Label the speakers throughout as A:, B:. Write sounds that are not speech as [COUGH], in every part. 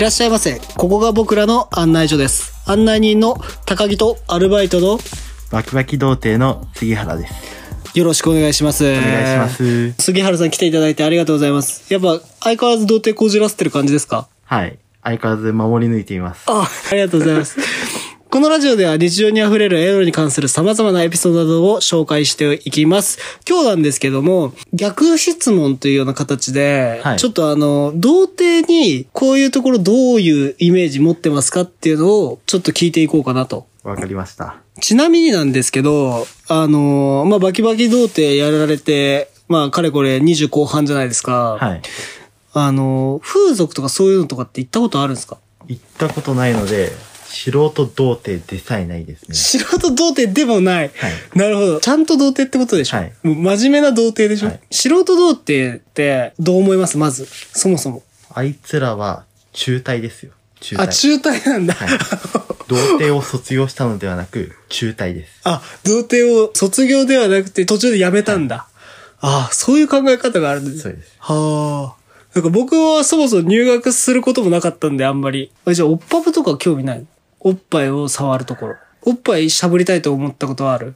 A: らっしゃいませ。ここが僕らの案内所です。案内人の高木とアルバイトの
B: バキバキ童貞の杉原です。
A: よろしくお願いします。お
B: お願いしま。す。
A: 杉原さん来ていただいてありがとうございます。やっぱ相変わらず童貞こじらせてる感じですか
B: はい。相変わらず守り抜いています。
A: あ、ありがとうございます。 [LAUGHS] このラジオでは日常に溢れるエロに関する様々なエピソードなどを紹介していきます。今日なんですけども、逆質問というような形で、
B: はい
A: ちょっとあの、童貞にこういうところどういうイメージ持ってますかっていうのをちょっと聞いていこうかなと。
B: わかりました。
A: ちなみになんですけど、あの、まあ、バキバキ童貞やられて、まあ、かれこれ20後半じゃないですか。
B: はい。
A: あの、風俗とかそういうのとかって行ったことあるんですか
B: 行ったことないので、素人童貞でさえないですね。
A: 素人童貞でもない。
B: はい
A: なるほど。ちゃんと童貞ってことでしょ、
B: はい
A: もう真面目な童貞でしょ、
B: はい
A: 素人童貞ってどう思いますまず。そもそも。
B: あいつらは中退ですよ。中退。
A: あ、中退なんだ。
B: はい童貞を卒業したのではなく、中退です。
A: あ、童貞を卒業ではなくて途中で辞めたんだ。あそういう考え方があるんです
B: そう
A: ね。
B: です。
A: はあ。なんか僕はそもそも入学することもなかったんであんまり。あじゃあ、おっぱぶとか興味ないおっぱいを触るところ。おっぱいしゃぶりたいと思ったことはある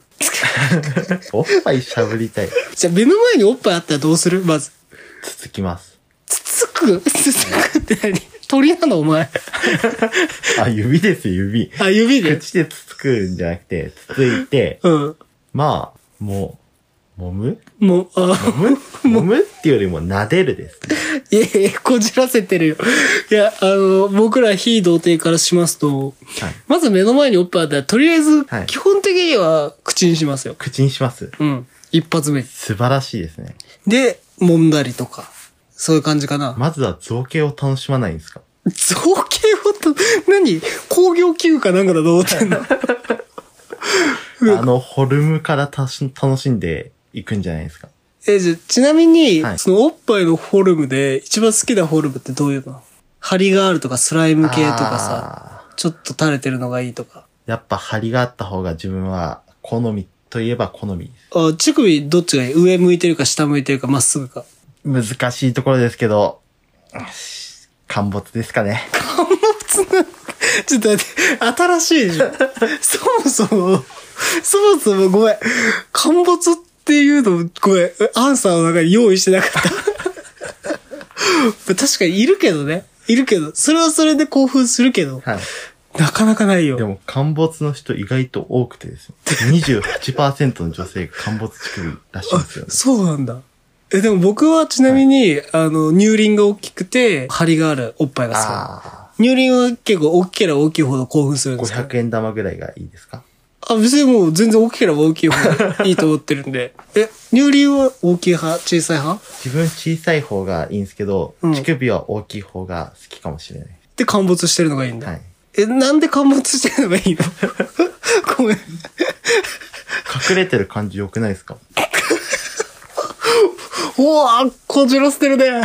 A: [LAUGHS]
B: おっぱいしゃぶりたい。
A: じゃあ目の前におっぱいあったらどうするまず。
B: つつきます。
A: つつくつつくって何鳥なのお前。
B: あ、指ですよ、指。
A: あ、指で。
B: 口でつつくんじゃなくて、つついて、
A: うん。
B: まあ、もう、揉む
A: もう、あ、
B: 揉む揉むっていうよりも、撫でるです。
A: いやいや、こじらせてるよ。いや、あの、僕ら非童貞からしますと、
B: はい。
A: まず目の前におっぱいあったら、とりあえず
B: は、い
A: 基本的には口にしますよ。
B: 口にします。
A: うん。一発目。
B: 素晴らしいですね。
A: で、揉んだりとか。そういう感じかな。
B: まずは造形を楽しまないんですか
A: 造形をと、 [LAUGHS] 何工業器具かなんかだと思ってん
B: [LAUGHS]
A: の
B: あの、フォルムからたし楽しんでいくんじゃないですか
A: え、じゃあ、ちなみに、
B: はい
A: そのおっぱいのフォルムで、一番好きなフォルムってどういうの張りがあるとか、スライム系とかさ、
B: さ。
A: ちょっと垂れてるのがいいとか。
B: やっぱ張りがあった方が自分は好みといえば好みです。
A: あ、乳首どっちがいい上向いてるか下向いてるかまっすぐか。
B: 難しいところですけど、陥没ですかね。
A: [LAUGHS] ちょっと待って、新しいじ
B: [LAUGHS]
A: ゃん。そもそも、そもそもごめん。陥没っていうの、ごめん。アンサーの中に用意してなかった。 [LAUGHS] 確かにいるけどね。いるけど。それはそれで興奮するけど。
B: はい。
A: なかなかないよ
B: で。も陥没の人意外と多く
A: [LAUGHS]
B: てですね。28%の女性が陥没乳首らしいんですよね。
A: そうなんだ。え、でも僕はちなみに、あの、乳輪が大きくて、張りがあるおっぱいが
B: あ
A: 好き。乳輪は結構大きければ大きいほど興奮するん
B: あ。
A: ですけど。
B: 500円玉ぐらいがいいですか
A: あ、別にもう全然大きければ大きいほどいいと思ってるん
B: [LAUGHS]
A: で。え、乳輪は大きい派小さい派
B: 自分小さい方がいいんですけど、
A: うん
B: 乳首は大きい方が好きかもしれない。
A: で陥没してるのがいいんだ。
B: はい。
A: え、なんで陥没してるのがいいの [LAUGHS] ごめん。
B: 隠れてる感じ良くないですか
A: うわー、こじらせてるね。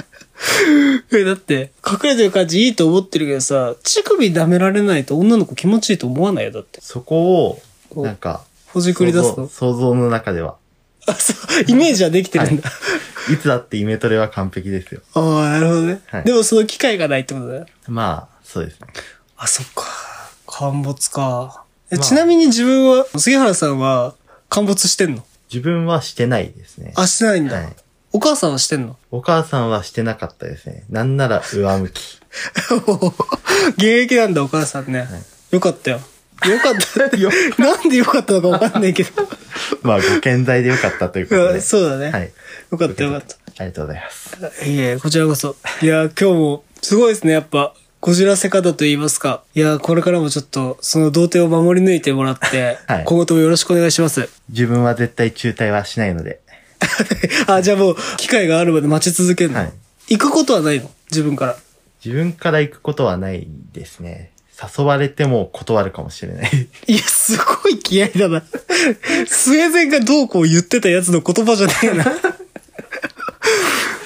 A: [LAUGHS] え、だって、隠れてる感じいいと思ってるけどさ、乳首舐められないと女の子気持ちいいと思わないよ、だって。
B: そこ
A: こ
B: を、
A: う
B: なんか、
A: ほじくり出す
B: 想像
A: の
B: 想像の中では。
A: あ、そう、イメージはできてるんだ。
B: いつだってイメトレは完璧ですよ。
A: ああ、なるほどね、
B: はい
A: でもその機会がないってことだよ。
B: まあ、そうですね。
A: あ、そっか。陥没か。え
B: まあ
A: ちなみに自分は、杉原さんは、陥没してんの
B: 自分はしてないですね。
A: あ、してないんだ。
B: はい
A: お母さんはして
B: [LAUGHS]
A: んの
B: お母さんはしてなかったですね。なんなら上向き。
A: 現役なんだ、お母さんね。
B: い
A: よかったよ。よかったって
B: [LAUGHS] よ。
A: [LAUGHS] なんでよかったのかわかんないけど。
B: [LAUGHS] まあ、ご健在でよかったということ
A: う
B: [LAUGHS] で。
A: んそうだね。
B: はい。
A: よかったよかった。
B: ありがとうございます。
A: いえ、こちらこそ。いや、今日も、すごいですね、やっぱ。こじらせ方と言いますか。いや、これからもちょっと、その童貞を守り抜いてもらって、
B: [LAUGHS] はい
A: 今後ともよろしくお願いします。
B: 自分は絶対中退はしないので。
A: [LAUGHS] あ、じゃあもう、機会があるまで待ち続けるの、
B: はい
A: 行くことはないの自分から。
B: 自分から行くことはないですね。誘われても断るかもしれない。 [LAUGHS]
A: いや、すごい気合いだな。 [LAUGHS] スウェーデンがどうこう言ってたやつの言葉じゃねえな。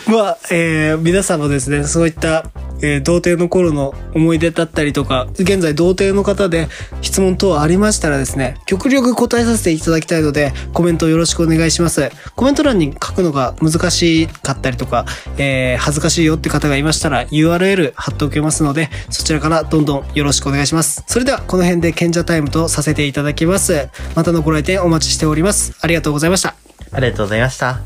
A: まあ、えー皆さんもですね、そういったえー童貞の頃の思い出だったりとか、現在童貞の方で質問等ありましたらですね、極力答えさせていただきたいので、コメントよろしくお願いします。コメント欄に書くのが難しかったりとか、えー恥ずかしいよって方がいましたら URL 貼っておきますので、そちらからどんどんよろしくお願いします。それではこの辺で賢者タイムとさせていただきます。またのご来店お待ちしております。ありがとうございました。
B: ありがとうございました。